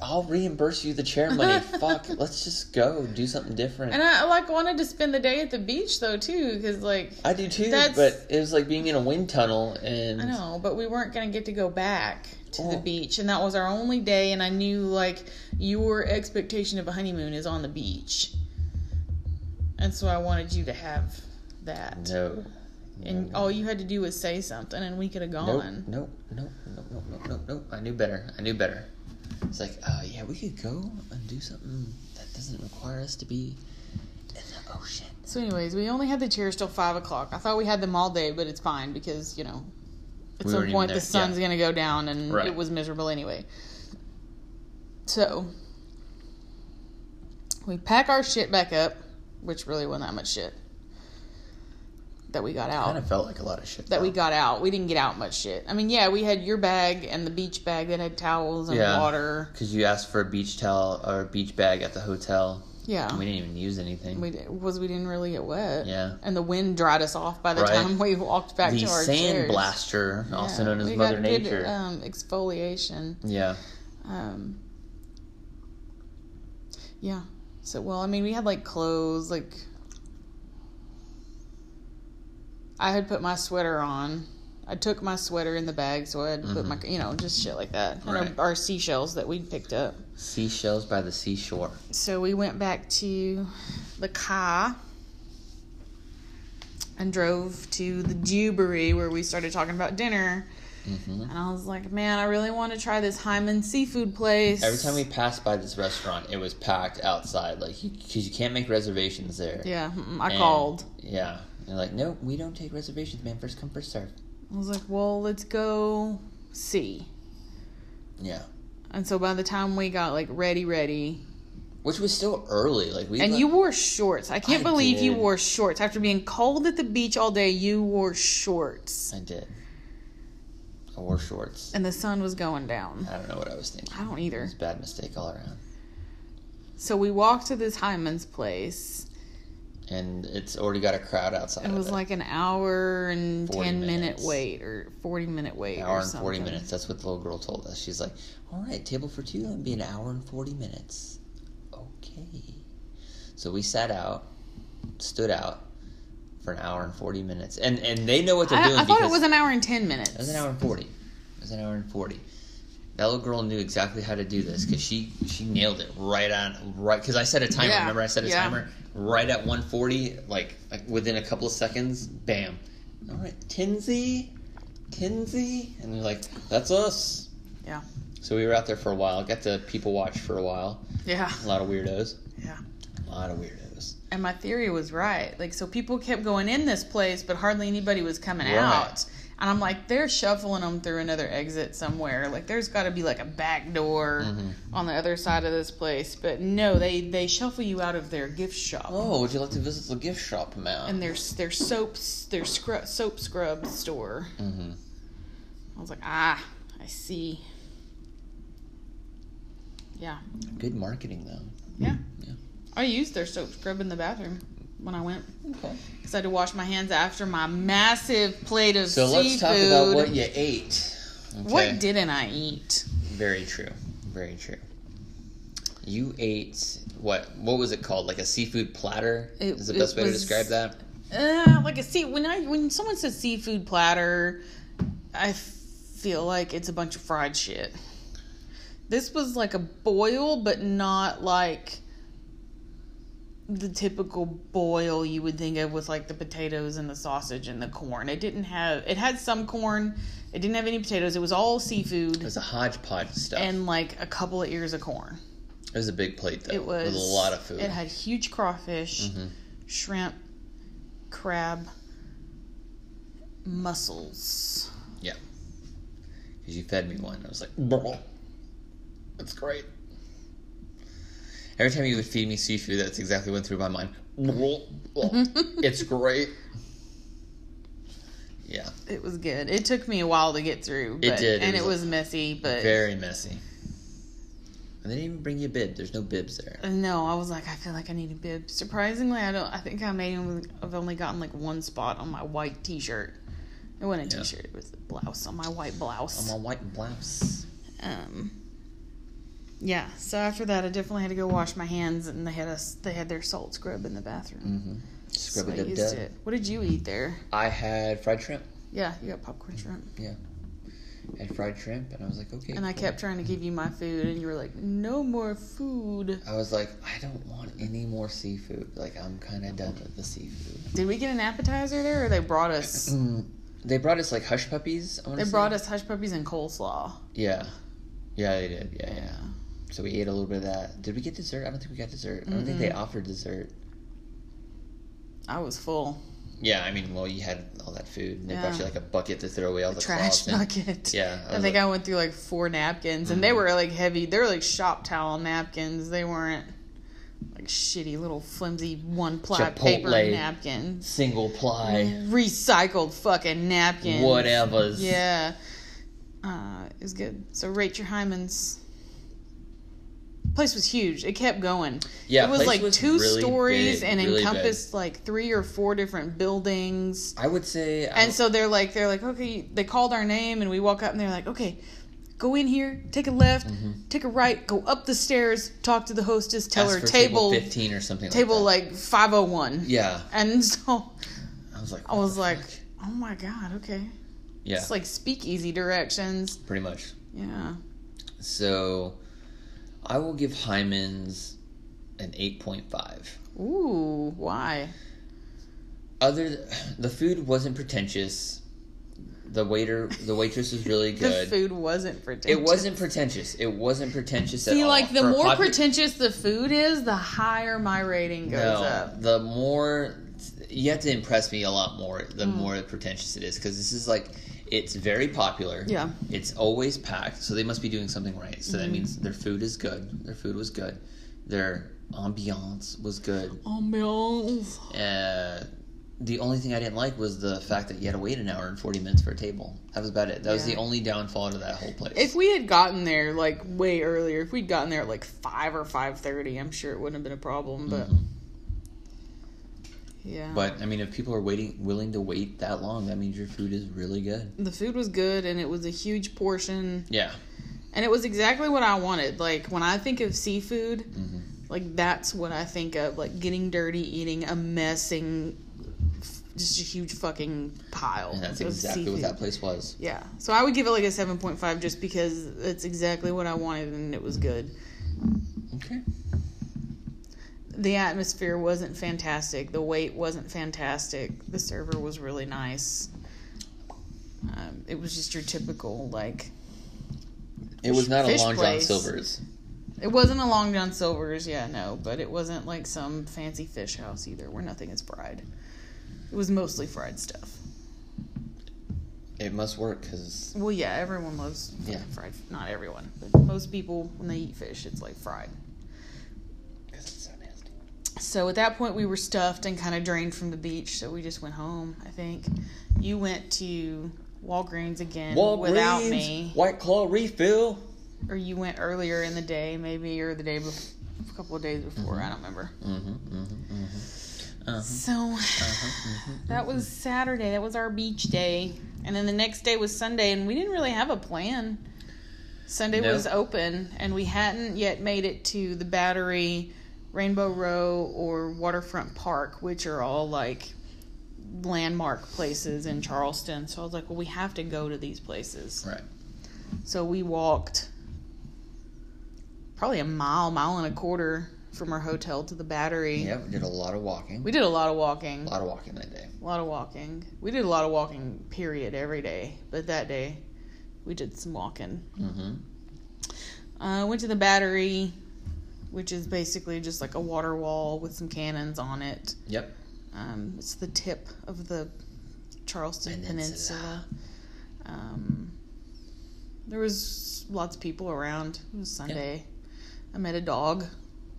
I'll reimburse you the chair money. Fuck, let's just go do something different.
and I like wanted to spend the day at the beach though too, because like
I do too,
That's-
but it was like being in a wind tunnel and
I know, but we weren't going to get to go back to the
Oh.
beach, and that was our only day. And I knew like your expectation of a honeymoon is on the beach, and so I wanted you to have that.
no.
And all you had to do was say something, and we could have
Nope,
gone.
nope, nope, nope, nope, nope, nope, nope. I knew better. I knew better. It's like, uh, yeah, we could go and do something that doesn't require us to be in the ocean.
So, anyways, we only had the chairs till five o'clock. I thought we had them all day, but it's fine because you know, at
We weren't
some
even
point
there,
the sun's gonna go down, and
Right.
it was miserable anyway. So we pack our shit back up, which really wasn't that much shit that we got out
Kind of felt like a lot of shit.
that we
though.
got out. We didn't get out much shit. I mean, yeah, we had your bag and the beach bag that had towels and
Yeah.
water.
Cause you asked for a beach towel or a beach bag at the hotel.
Yeah.
and We didn't even use anything.
We did, was we didn't really get wet.
Yeah.
And the wind dried us off by the
Right.
time we walked back
the
to our
sand
chairs.
blaster, also
Yeah.
known as
We
Mother
got
Nature.
Good, um, exfoliation.
yeah,
Um, yeah. So well, I mean, we had like clothes. Like I had put my sweater on. I took my sweater in the bag, so I had to put my, you know, just shit like that. And
Mm-hmm. Right.
our, our seashells that we picked up.
seashells by the seashore.
So we went back to the car and drove to the Jubery where we started talking about dinner.
Mm-hmm.
And I was like, man, I really want to try this Hyman seafood place.
Every time we passed by this restaurant, it was packed outside, like because you can't make reservations there.
Yeah, mm, I
And-
called.
Yeah, and they're like, nope, we don't take reservations, man. First come, first serve.
I was like, well, let's go see.
Yeah,
And so by the time we got like ready, ready,
which was still early. Like we
and
le-
you wore shorts. I can't
I
believe you
did.
wore shorts after being cold at the beach all day. You wore shorts,
I did. I wore shorts.
and the sun was going down.
I don't know what I was thinking.
I don't either.
It was a bad mistake all around.
So we walked to this Hyman's place.
And it's already got a crowd outside.
It
of
was like an hour and
40
ten minute
Uh, minutes.
wait or forty minute wait.
an hour
or
and
something.
40 minutes. That's what the little girl told us. She's like, all right, table for two, it'll be an hour and 40 minutes. Okay. So we sat out, stood out for an hour and 40 minutes. And and they know what they're
I,
doing
I thought it
because
was an hour and ten minutes.
it was an hour and 40. It was an hour and 40. That little girl knew exactly how to do this because she, she nailed it right on, right. Because I set a timer.
Yeah,
Remember, I set a
yeah.
timer right at 140, like, like within a couple of seconds, bam. All right, Tinsy, Tinsy. And they're like, that's us.
Yeah,
So we were out there for a while. Got to people watch for a while.
yeah,
A lot of weirdos.
yeah.
A lot of weirdos.
And my theory was right. Like, so people kept going in this place, but hardly anybody was coming
Right.
out. And I'm like, they're shuffling them through another exit somewhere. Like, there's got to be like a back door
Mm-hmm.
on the other side of this place. But no, they they shuffle you out of their gift shop.
Oh, would you like to visit the gift shop, ma'am?
and their their soaps their scrub, soap scrub store.
hmm
I was like, ah, I see. Yeah,
Good marketing though.
yeah.
Yeah.
I used their soap scrub in the bathroom when I went
Okay.
because I had to wash my hands after my massive plate of
So
seafood.
let's talk about what you ate. Okay.
What didn't I eat?
Very true. Very true. You ate what? What was it called? Like a seafood platter?
It-
Is the
it
best way to
was-
describe that?
Uh, like a sea. When I when someone says seafood platter, I feel like it's a bunch of fried shit. This was like a boil, but not like the typical boil you would think of with like the potatoes and the sausage and the corn. It didn't have. It had some corn. It didn't have any potatoes. It was all
It
seafood
was a hodgepodge of stuff.
and like a couple of ears of corn.
it was a big plate though.
It was
with a lot of food. Mm-hmm.
It had huge crawfish, shrimp, crab, mussels,
yeah. because you fed me one. I was like, "Bruh, that's great. Every time you would feed me seafood, that's exactly what went through my mind. "Bruh, bruh, it's great. Yeah,
It was good. It took me a while to get through. But,
It did. It
and it
was
was, messy, but
very messy. And they didn't even bring you a bib. There's no bibs there.
no, I was like, I feel like I need a bib. Surprisingly, I don't. I think I may only- have only gotten like one spot on my white T-shirt. It wasn't a
Yeah.
T-shirt. It was a blouse on my white blouse.
I'm on white blouse.
um yeah so after that i definitely had to go wash my hands and they had us they had their salt scrub in the bathroom
Mm-hmm.
so
Scrub
I
a dub
used it.
dub.
what did you eat there
I had fried shrimp.
yeah you got popcorn shrimp
Yeah, I had fried shrimp, and I was like, okay.
and i
cool.
kept trying to give you my food and you were like no more food
I was like, I don't want any more seafood. Like, I'm kind of
Uh-huh.
done with the seafood.
did we get an appetizer there or they brought
Mm,
us
They brought us like hush puppies. I wanna
they
say.
brought us hush puppies and coleslaw
Yeah, yeah, they did. Yeah, yeah. So we ate a little bit of that. Did we get dessert? I don't think we got dessert. I don't think they offered dessert.
i was full
Yeah, I mean, well, you had all that food, and they
Yeah.
brought you like a bucket to throw away all the
trash
cloths in.
bucket
Yeah, I
i,
was Mm.
think
like-
i went through like four napkins and they were like heavy they were like shop towel napkins they weren't like shitty little flimsy one ply paper
Chipotle.
napkins
Single ply,
recycled fucking napkins
whatever's.
yeah uh it was good so rate your hymens place was huge it kept going
Yeah,
it was
place
like two
really
stories
big,
and
really big.
encompassed like three or four different buildings
I would say. I
and so they're like, they're like, okay, they called our name, and we walk up, and they're like, okay, go in here, take a left, take a right, go up the stairs, talk to the hostess, tell
asked
her
Mm-hmm. for
table, table,
fifteen or something. like,
like five hundred one.
that. Yeah,
And so
I was like,
I
what
was
the
like,
fuck?
oh my god, okay,
yeah,
it's like speakeasy directions.
pretty much.
Yeah,
So I will give Hyman's an 8.5.
ooh, why?
Other th- the food wasn't pretentious. The waiter the waitress was really
The
good.
food wasn't pretentious.
it wasn't pretentious. It wasn't pretentious at
See,
all.
like the
For a
more
popu-
pretentious the food is, the higher my rating goes
no,
up.
the more you have to impress me a lot more. The
Mm.
more pretentious it is because this is like it's very popular.
Yeah. Mm-hmm.
it's always packed, so they must be doing something right. So that means their food is good. Their food was good. Their ambiance was good.
Oh, Ambiance.
Uh, the only thing I didn't like was the fact that you had to wait an hour and 40 minutes for a table. That was about it. That was
Yeah.
the only downfall to that whole place.
If we had gotten there like way earlier, if we'd gotten there at like five or five thirty, I'm sure it wouldn't have been a problem. But yeah,
Mm-hmm. but I mean, if people are waiting, willing to wait that long, that means your food is really good.
the food was good and it was a huge portion,
Yeah,
and it was exactly what I wanted. Like when I think of seafood,
Mm-hmm.
like that's what I think of. Like getting dirty, eating a messing, just a huge fucking pile.
and that's
of
exactly what
seafood.
that place was.
Yeah. So I would give it like a seven point five just because it's exactly what I wanted and it was good.
Okay.
the atmosphere wasn't fantastic. The wait wasn't fantastic. The server was really nice. Um, it was just your typical like.
It was not a
Fish
Long John
place.
Silver's.
It wasn't a Long John Silver's, yeah, no, but it wasn't like some fancy fish house either, where nothing is fried. It was mostly fried stuff.
It must work because
Well, yeah, everyone loves
Yeah.
fried. Not everyone, but most people when they eat fish, it's like fried.
it's so nasty.
So at that point, we were stuffed and kind of drained from the beach, so we just went home. I think you went to Walgreens again without
Walgreens,
me,
White Claw refill.
or you went earlier in the day, maybe, or the day before, a couple of days before. I don't remember.
Mm-hmm, mm-hmm, mm-hmm.
So
Uh-huh,
that was Saturday. That was our beach day, and then the next day was Sunday, and we didn't really have a plan. Sunday
No.
was open, and we hadn't yet made it to the Battery, Rainbow Row, or Waterfront Park, which are all like landmark places in Charleston. So I was like, well, we have to go to these places.
Right.
So we walked probably a mile, mile and a quarter from our hotel to the Battery.
Yeah, we did a lot of walking.
We did a lot of walking.
a lot of walking that day.
A lot of walking. We did a lot of walking, period, every day. But that day, we did some walking.
Mm-hmm.
Uh, went to the battery, which is basically just like a water wall with some cannons on it.
Yep.
Um, it's the tip of the Charleston Peninsula.
Peninsula.
Um, There was lots of people around. It was Sunday. I met a dog.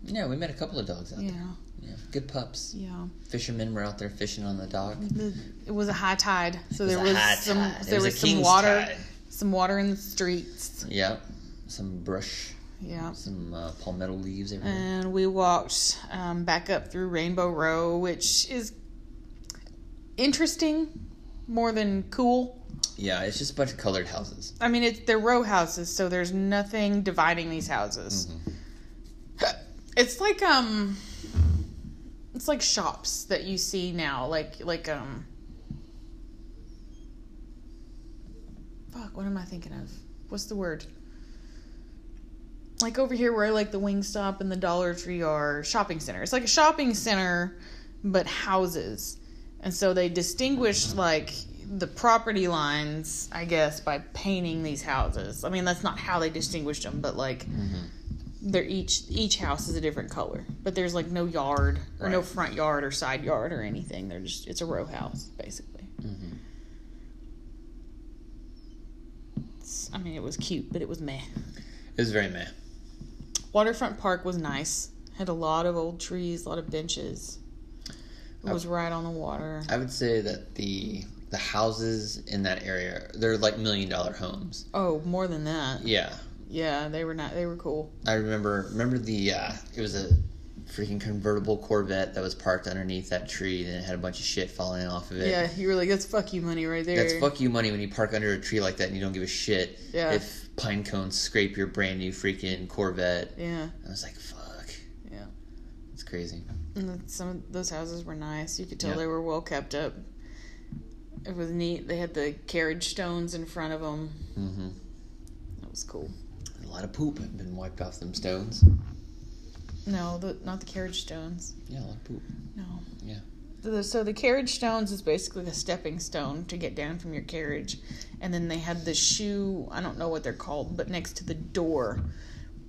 Yeah, we met a couple of dogs out
Yeah,
there. Yeah, good pups.
yeah.
Fishermen were out there fishing on the dock.
It was a high tide, so
It
there
a
was,
high
some
tide. It
there was,
a
some
king's
water,
tide.
some water in the streets.
Yep. Some brush,
Yeah.
some uh, palmetto leaves everywhere.
and we walked um, back up through Rainbow Row, which is interesting more than cool.
yeah, it's just a bunch of colored houses.
I mean, it's they're row houses, so there's nothing dividing these houses. It's like um, it's like shops that you see now, like like um. Fuck! What am I thinking of? What's the word? Like over here, where like the Wingstop and the Dollar Tree are shopping center. It's like a shopping center, but houses, and so they distinguished like the property lines, I guess, by painting these houses. I mean, that's not how they distinguished them, but like they're each each house is a different color, but there's like no yard or no
Right.
front yard or side yard or anything. They're just it's a row house basically. It's- I mean, it was cute, but it was meh.
It was very meh.
Waterfront Park was nice. Had a lot of old trees, a lot of benches. It
Oh.
was right on the water.
I would say that the the houses in that area they're like million dollar homes.
Oh, more than that.
Yeah,
Yeah, they were not. They were cool.
I remember remember the uh, it was a freaking convertible Corvette that was parked underneath that tree and it had a bunch of shit falling off of it.
Yeah, you were like, "That's fuck you money right there."
That's fuck you money when you park under a tree like that and you don't give a shit
Yeah.
if pine cones scrape your brand new freaking Corvette.
Yeah,
I was like, fuck,
yeah.
it's crazy.
And then some of those houses were nice. You could tell
Yeah.
they were well kept up. It was neat. They had the carriage stones in front of them.
hmm
That was cool.
A lot of poop had been wiped off them stones.
No, the, not the carriage stones.
Yeah, a lot of poop.
No.
Yeah.
The- So the carriage stones is basically a stepping stone to get down from your carriage, and then they had the shoe. I don't know what they're called, but next to the door,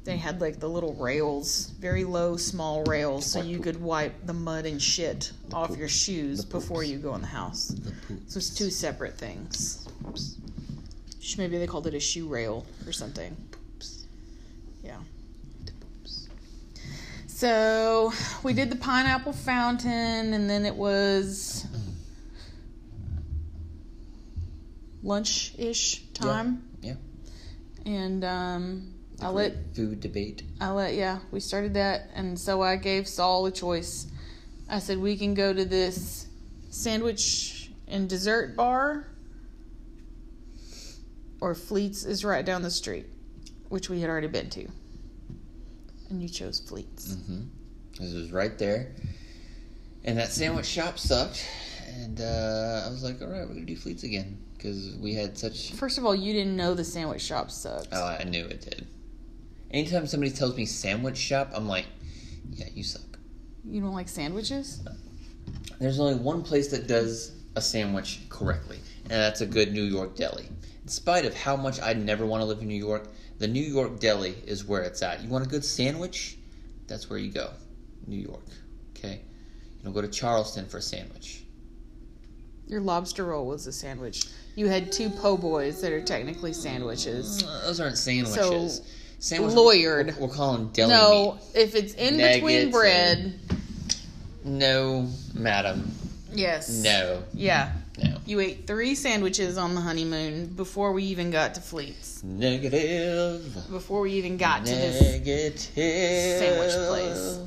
they had like the little rails, very low, small rails, so
wipe
you
poop.
could wipe the mud and shit off
poop.
your shoes
The
before
poops.
you go in the house.
The poop.
So it's two separate things.
Poops.
Sh- Maybe they called it a shoe rail or something.
Poops.
Yeah.
The poops.
So we did the pineapple fountain, and then it was lunch ish time,
Yeah.
and um, I let
Great Food debate.
I let yeah we started that, and so I gave Saul a choice. I said we can go to this sandwich and dessert bar, or Fleets is right down the street, which we had already been to, and you chose Fleets.
Mm-hmm. This was right there. And that sandwich shop sucked. And uh, I was like, all right, we're going to do Fleets again. Because we had such.
First of all, you didn't know the sandwich shop sucked.
Oh, I knew it did. Anytime somebody tells me sandwich shop, I'm like, yeah, you suck.
You don't like sandwiches?
There's only one place that does a sandwich correctly, and that's a good New York deli. In spite of how much I'd never want to live in New York, the New York deli is where it's at. You want a good sandwich? That's where you go. New York. Okay? You don't go to Charleston for a sandwich.
Your lobster roll was a sandwich. You had two po' boys that are technically sandwiches.
Uh, Those aren't sandwiches.
So,
Sandwich,
lawyered.
We're, we're calling deli
No, if it's in between
Nuggets
bread,
meat. No, madam.
yes.
No.
Yeah.
No.
You ate three sandwiches on the honeymoon before we even got to Fleets.
Negative.
Before we even got to this.
Negative.
sandwich place.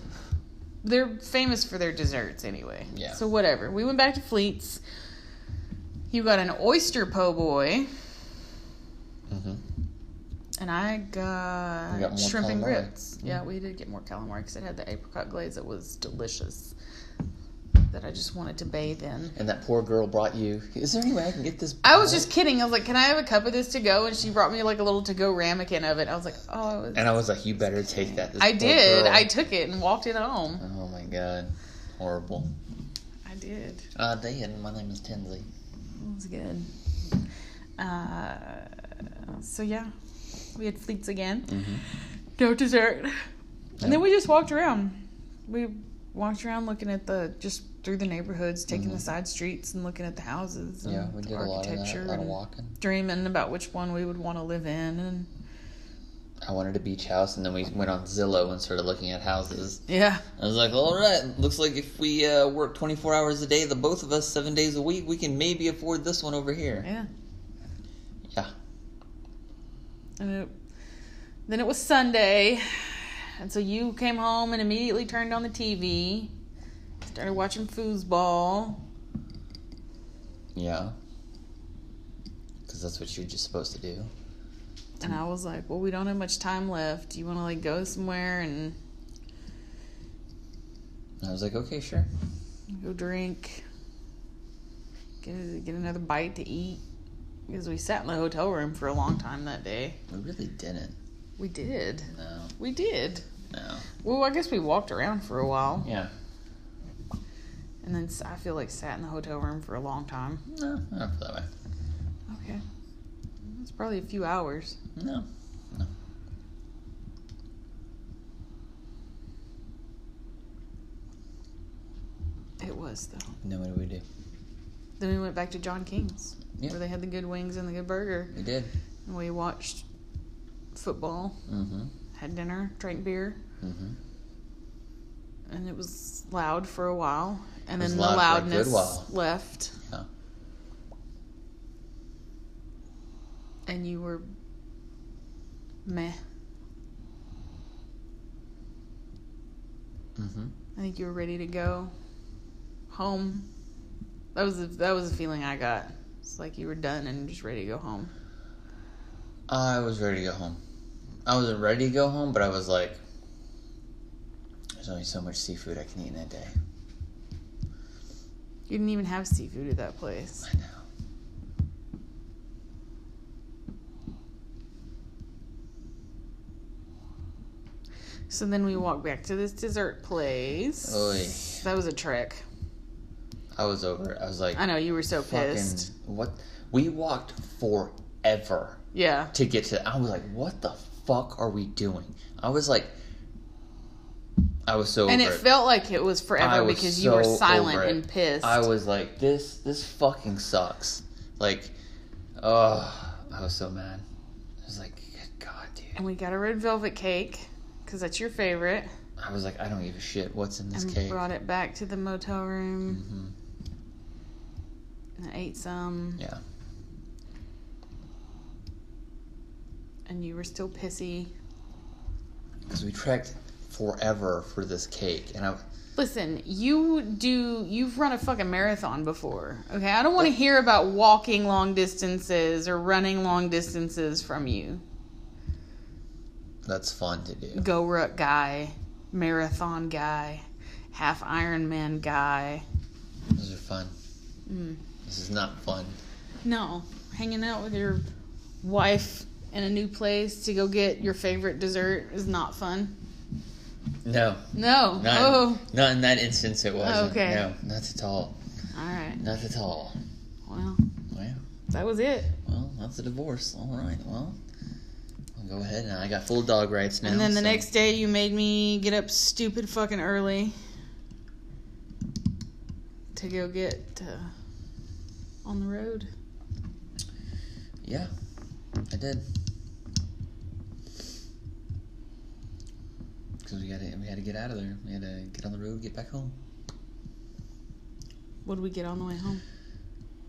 They're famous for their desserts anyway.
Yeah.
So whatever. We went back to Fleets. You got an oyster po' boy,
hmm
and I got,
We got more
shrimp and
calamari. Mm-hmm.
grits. Yeah, we did get more calamari because it had the apricot glaze that was delicious. That I just wanted to bathe in.
And that poor girl brought you. Is there any way I can get this?
I was just kidding. I was like, "Can I have a cup of this to go?" And she brought me like a little to go ramekin of it. I was like, "Oh, I was."
And I was like, you better take that. This
I
poor
did.
girl.
I took it and walked it home.
oh my god, horrible.
I did.
Uh, Dan, my name is Tinsley.
It was good. Uh, so yeah, we had fleets again. No dessert, and then we just walked around. We walked around looking at the just through the neighborhoods, taking
Mhm.
the side streets and looking at the houses and
Yeah, we
the
did a lot of that.
architecture
A lot of
and
walking.
dreaming about which one we would want to live in and
I wanted a beach house, and then we went on Zillow and started looking at houses.
yeah.
I was like, all right, looks like if we uh, work 24 hours a day, the both of us, seven days a week, we can maybe afford this one over here.
Yeah.
Yeah.
And it, then it was Sunday, and so you came home and immediately turned on the TV, started watching foosball.
Yeah. Because that's what you're just supposed to do.
And I was like, "Well, we don't have much time left. Do you want to like go somewhere and
And I was like, okay, sure.
go drink, get a- get another bite to eat?" Because we sat in the hotel room for a long time that day.
We really didn't.
We did.
No.
We did.
No.
Well, I guess we walked around for a while,
Yeah.
and then s- I feel like sat in the hotel room for a long time.
No, I don't feel that way.
Okay, it's probably a few hours.
No. No.
It was though.
No, what did we do?
Then we went back to John King's,
Yeah.
where they had the good wings and the good burger,
We did.
and we watched football,
Mm-hmm.
had dinner, drank beer,
Mm-hmm.
and it was loud for a while, and
It was
then the
loud for a good
loudness
while.
left,
Yeah.
and you were meh.
Mm-hmm.
I think you were ready to go home. That was the, that was the feeling I got. It's like you were done and just ready to go home.
I was ready to go home. I wasn't ready to go home, but I was like, there's only so much seafood I can eat in a day.
You didn't even have seafood at that place.
I know.
So then we walked back to this dessert place.
Oy.
That was a trick.
I was over. it. I was like,
I know you were so
fucking
pissed.
what? We walked forever
Yeah.
to get to. I was like, what the fuck are we doing? I was like, I was so.
And it
over
felt like it was
I
forever
was
because you were
so
silent
over it.
and pissed.
I was like, this this fucking sucks. Like, oh, I was so mad. I was like, good god, dude.
and we got a red velvet cake because that's your favorite.
I was like, I don't give a shit what's in this
and
cake.
brought it back to the motel room
hmm Mm-hmm.
and I ate some.
Yeah,
And you were still pissy.
because we trekked forever for this cake, and I
Listen, you do. You've run a fucking marathon before, okay? I don't want to hear about walking long distances or running long distances from you.
that's fun to do.
Go ruck guy, marathon guy, half Ironman guy.
Those are fun.
Mm.
This is not fun.
No, hanging out with your wife in a new place to go get your favorite dessert is not fun.
No,
No.
not,
Oh.
not in that instance. It wasn't.
Okay.
No, not at all.
All right.
Not at all.
Well,
Well,
that was it.
well, that's a divorce. All right. Well, I'll go ahead and I got full dog rights now.
And then the
so-
next day, you made me get up stupid fucking early to go get uh, on the road.
Yeah, I did. Because we got to we had to get out of there. We had to get on the road, get back home.
What did we get on the way home?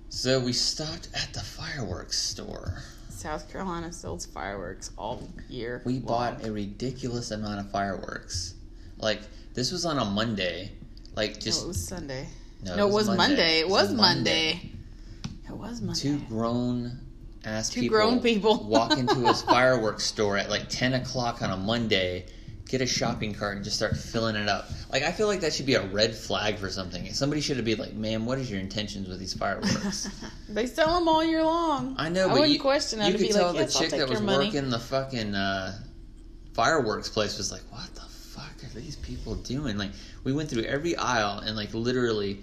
So we stopped at the fireworks store.
South Carolina sells fireworks all year.
We bought a ridiculous amount of fireworks. Like this was on a Monday. Like
Just,
just
no, it was Sunday.
no,
no, it was Monday. It was
Monday.
Monday. It was Monday.
Two grown ass
Two
people
grown people.
walk into his fireworks store at like ten o'clock on a Monday, get a shopping cart and just start filling it up. Like I feel like that should be a red flag for something. Somebody should have been like, "Ma'am, what is your intentions with these fireworks?"
they sell them all year long.
I know,
I
but
wouldn't
you,
question that.
you
I'd
could
be
tell
like,
the
yes, I'll
chick
take
that
your
was
money.
working the fucking uh, fireworks place was like, "What the fuck are these people doing?" Like, we went through every aisle and like literally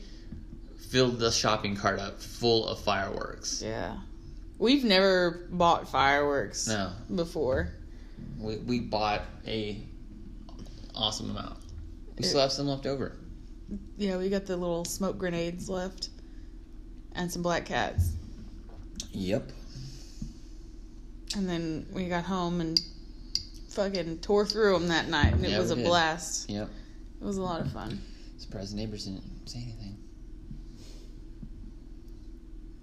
filled the shopping cart up full of fireworks.
Yeah, we've never bought fireworks
No,
before.
we we bought a awesome amount. We still have some left over.
Yeah, we got the little smoke grenades left, and some black cats.
Yep.
And then we got home and fucking tore through them that night, and it
Yeah,
was
we
a
did.
blast.
Yep.
It was a lot of fun.
Surprised the neighbors didn't say anything.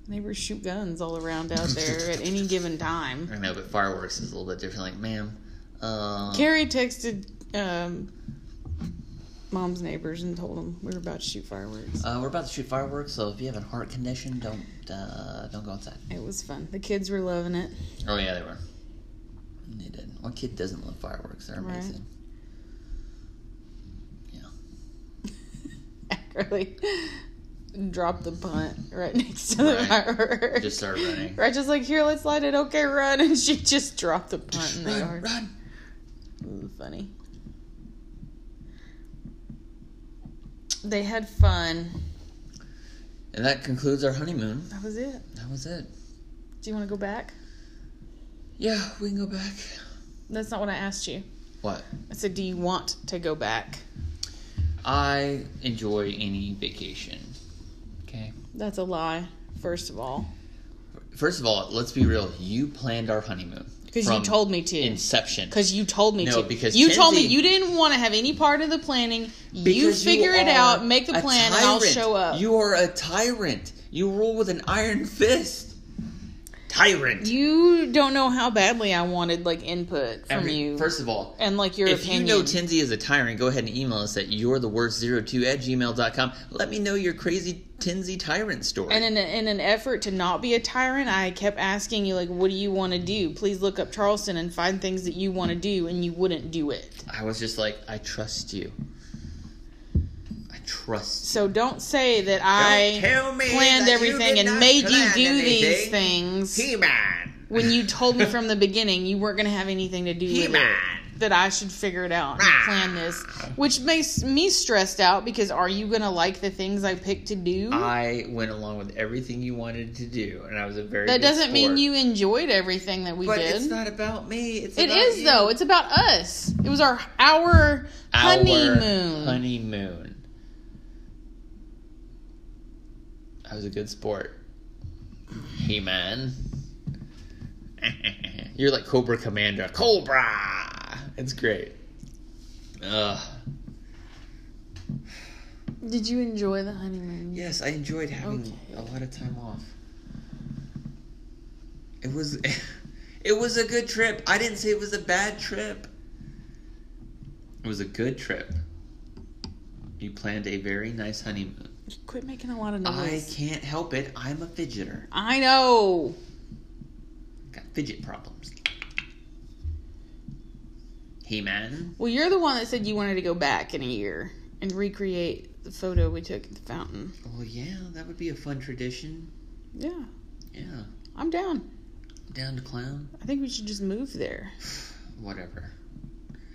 Neighbors shoot guns all around out there at any given time.
I know, but fireworks is a little bit different. Like, ma'am, uh,
Carrie texted um, mom's neighbors and told them we were about to shoot fireworks.
uh, we're about to shoot fireworks, so if you have a heart condition, don't uh, don't go outside.
It was fun. The kids were loving it.
Oh yeah, they were. They did. What kid doesn't love fireworks? They're
Right.
amazing.
Really dropped the punt right next to the
Right.
fireworks.
Just started running.
Rachel's like, here, let's light it. Okay, run. And she just dropped the punt in the
Run,
yard.
run.
Mm, Funny. They had fun.
And that concludes our honeymoon.
That was it.
That was it.
Do you want to go back?
Yeah, we can go back.
That's not what I asked you.
What?
I said, do you want to go back?
I enjoy any vacation. Okay.
That's a lie, first of all.
First of all, let's be real. You planned our honeymoon
Because you
From
told me to.
inception.
Because you told me
No,
to.
because
you told me
Kenzie-
you didn't want to have any part of the planning. You
Because
figure it
are
out, make the
a
plan, and I'll
tyrant.
show up. You,
You are a tyrant. You rule with an iron fist. Tyrant.
don't know how badly I wanted like input from
Every-
you,
First of all,
and like your
if
opinion.
you know Tinsy is a tyrant, go ahead and email us at you're the worst 02 at gmail.com. Let me know your crazy Tinsy tyrant story.
and in, a, in an effort to not be a tyrant, I kept asking you like, "What do you want to do? Please look up Charleston and find things that you want to do," and you wouldn't do it.
I was just like, I trust you. I trust
So don't say that
Don't
I
tell me
planned
that you
everything
did
and
not
made you
plan
do these
anything.
things.
He-Man.
when you told me from the beginning you weren't going to have anything to do with it,
He-Man.
that I should figure it out and plan this, which makes me stressed out because are you going to like the things I pick to do?
I went along with everything you wanted to do, and I was a very
that
good
doesn't mean
sport.
you enjoyed everything that we
But
did.
it's not about me. It's
it
about
is
you.
though. It's about us. It was our our,
Our
honeymoon.
Honeymoon. I was a good sport. Hey man. You're like Cobra Commander. Cobra. It's great. Ugh.
Did you enjoy the honeymoon?
Yes, I enjoyed having
Okay.
a lot of time off. It was it was a good trip. I didn't say it was a bad trip. It was a good trip. You planned a very nice honeymoon.
Quit making a lot of
I
noise.
can't help it. I'm a fidgeter.
I know.
Got fidget problems. Hey man.
Well, you're the one that said you wanted to go back in a year and recreate the photo we took at the fountain.
Well, Oh, yeah, that would be a fun tradition.
Yeah,
Yeah,
I'm down.
down to clown.
I think we should just move there.
Whatever.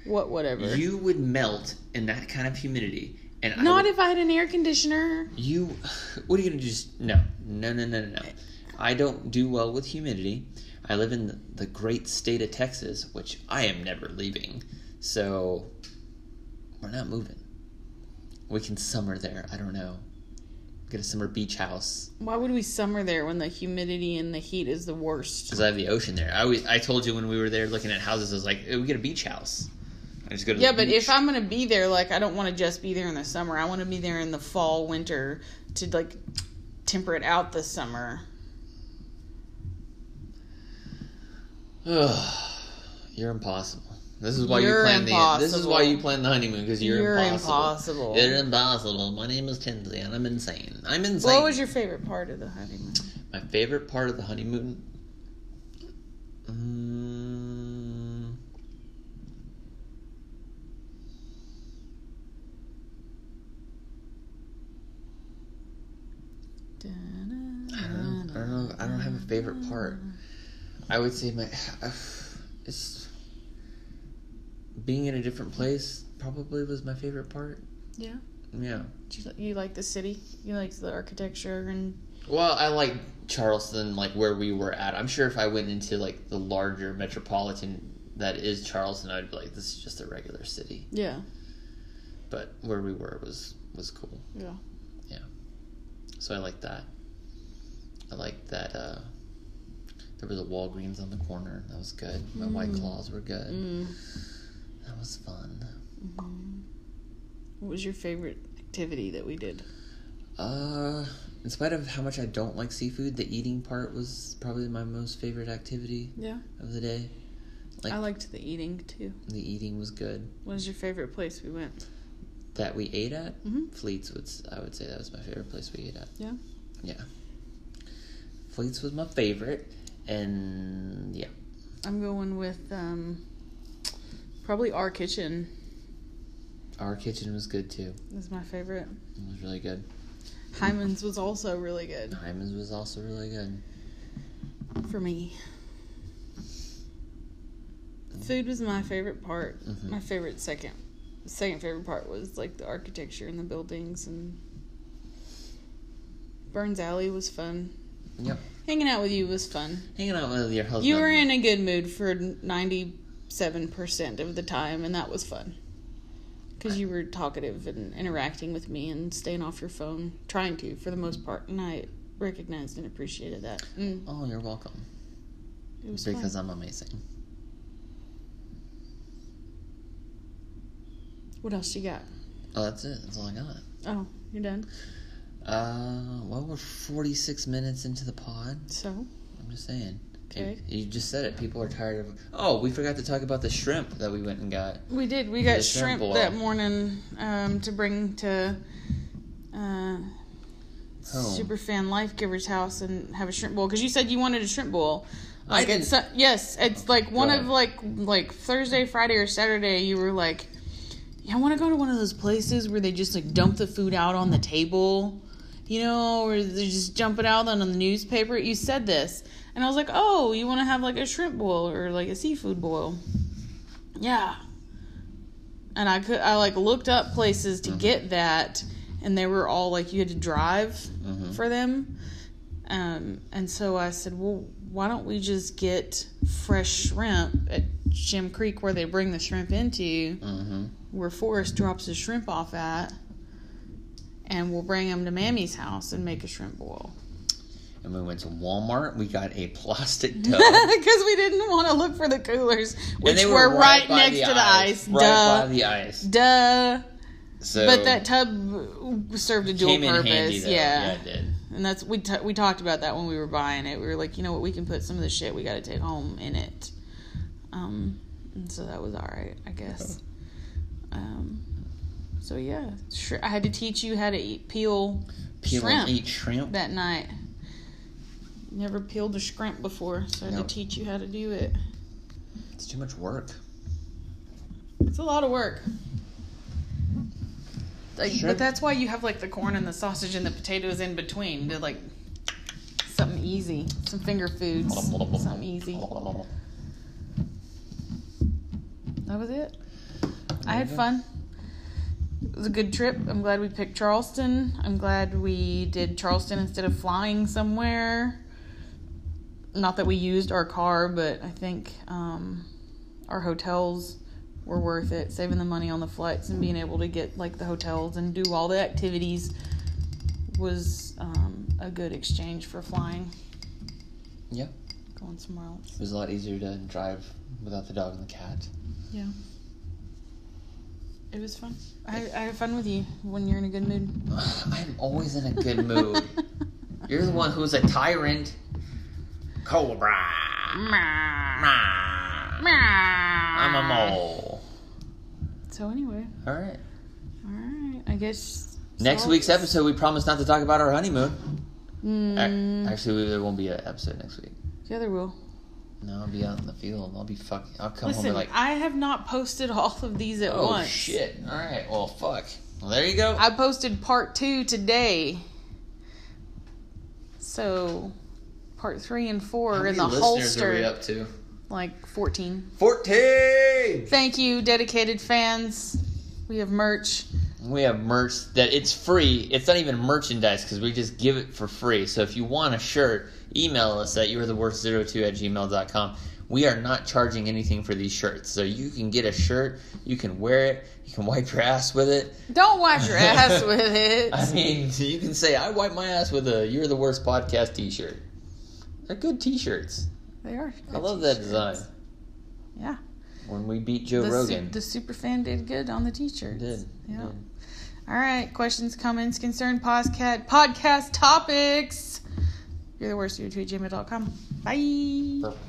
What, whatever.
You would melt in that kind of humidity, and I
Not
would-
if I had an air conditioner.
you. What are you gonna just? No, no, no, no, no, no. I don't do well with humidity. I live in the- the great state of Texas, which I am never leaving. So we're not moving. We can summer there. I don't know. Get a summer beach house
Why would we summer there when the humidity and the heat is the worst?
because I have the ocean there. I always, I told you when we were there looking at houses, I was like, "Eh, we get a beach house. I just go to
Yeah,
the
but
beach.
if I'm gonna be there, like I don't want to just be there in the summer. I want to be there in the fall, winter to like temper it out this summer.
Ugh, you're impossible. This is why
You're
you plan the. This is why you
impossible.
plan the honeymoon because you're,
You're
impossible.
impossible.
You're impossible. My name is Tinsley, and I'm insane. I'm insane.
What was your favorite part of the honeymoon?
my favorite part of the honeymoon? Mm, I don't know. I don't know. I don't have a favorite part. I would say my. It's being in a different place probably was my favorite part.
Yeah.
Yeah.
Do you, you like the city? You like the architecture and
Well, I like Charleston, like where we were at. I'm sure if I went into like the larger metropolitan that is Charleston, I'd be like, this is just a regular city.
yeah.
But where we were was was cool.
Yeah.
Yeah. So I like that. I like that uh there was a Walgreens on the corner. That was good. My white claws were good.
Mm.
That was fun.
What was your favorite activity that we did?
Uh in spite of how much I don't like seafood, the eating part was probably my most favorite activity
Yeah.
of the day. Like
I liked the eating too.
the eating was good.
What was your favorite place we went?
That we ate at
Mhm.
Fleets was I would say that was my favorite place we ate at.
Yeah.
Yeah. Fleets was my favorite and yeah.
I'm going with um, probably our kitchen
Our kitchen was good too.
is my favorite.
It was really good.
Hyman's was also really good
Hyman's was also really good.
for me. Food was my favorite part.
Mhm.
My favorite second, second favorite part was like the architecture and the buildings and Burns Alley was fun.
Yep.
Hanging out with you was fun.
Hanging out with your husband.
You were in a good mood for 97% of the time, and that was fun. Because you were talkative and interacting with me and staying off your phone, trying to for the most part, and I recognized and appreciated that. Mm,
Oh, you're welcome.
it was
because
fun.
I'm amazing.
What else you got?
Oh, that's it. That's all I got.
Oh, you're done.
Uh, well, we're 46 minutes into the pod.
So,
I'm just saying.
Okay.
You, you just said it. People are tired of. Oh, we forgot to talk about the shrimp that we went and got.
we did. We got
The shrimp
shrimp
boil.
that morning um, to bring to uh,
Home.
Superfan Life Giver's house and have a shrimp bowl. Because you said you wanted a shrimp bowl.
I
Like
didn't-
it's yes, it's like one
ahead.
of like like Thursday, Friday, or Saturday. You were like, yeah, I want to go to one of those places where they just like dump the food out on the table, you know, or they just dump it out on the newspaper. You said this, and I was like, oh, you want to have like a shrimp boil or like a seafood boil? Yeah. And I could I like looked up places to get that, and they were all like you had to drive
Mhm.
for them. Um, and so I said, well, why don't we just get fresh shrimp at Jim Creek where they bring the shrimp into,
Mm-hmm.
where Forrest drops his shrimp off at, and we'll bring them to Mammy's house and make a shrimp boil.
And we went to Walmart. We got a plastic tub.
Because we didn't want to look for the coolers, which
and they
were, right,
by
next to the ice.
Right
Duh.
by the ice.
Duh.
So
But that tub served a dual
came in
purpose.
handy, though.
yeah.
yeah, it did.
And that's we t- we talked about that when we were buying it. We were like, you know what, we can put some of the shit we got to take home in it. Um, and so that was all right, I guess. Um, so yeah, Shri- I had to teach you how to eat peel
Peel
shrimp
and eat shrimp.
that night. Never peeled a shrimp before, so I had
No.
to teach you how to do it.
It's too much work.
It's a lot of work. Like,
Sure.
But that's why you have like the corn and the sausage and the potatoes in between. They're like something easy, some finger foods, something easy. That was it. I had
Yeah.
fun. It was a good trip. I'm glad we picked Charleston. I'm glad we did Charleston instead of flying somewhere. Not that we used our car, but I think um, our hotels were worth it. Saving the money on the flights and being able to get like the hotels and do all the activities was um, a good exchange for flying.
Yeah,
Going somewhere else.
it was a lot easier to drive without the dog and the cat.
Yeah. It was fun. I, I have fun with you when you're in a good mood.
I'm always in a good mood. You're the one who's a tyrant. Cobra. I'm a mole.
Ah. So anyway,
All right.
all right. I guess
Next
so-
week's episode, we promise not to talk about our honeymoon.
Mm,
Ac- Actually, we- there won't be an episode next week.
yeah, there will.
No, I'll be out in the field. I'll be fucking. I'll come home
Listen,
and like,
I have not posted all of these at
oh
once.
shit. All right. Well, fuck. Well, there you go.
I posted part two today. So, part three and four
How
are in
many
the
listeners
holster.
Are we up to
Like fourteen.
fourteen.
Thank you, dedicated fans. We have merch.
We have merch that it's free. It's not even merchandise because we just give it for free. So if you want a shirt, email us at you are the worst zero two at gmail.com. We are not charging anything for these shirts. So you can get a shirt, you can wear it, you can wipe your ass with it.
Don't wipe your ass with it.
I mean, you can say, I wipe my ass with a You're the Worst Podcast t shirt. They're good t shirts.
They are.
I
good
love that
t-shirts.
design.
Yeah.
When we beat Joe
the, su-
Rogan.
the super fan did good on the t-shirts.
Did,
Yeah.
did.
All right. Questions, comments, concern, podcast, podcast topics. You're the worst. You tweet gmail.com. Bye.
Perfect.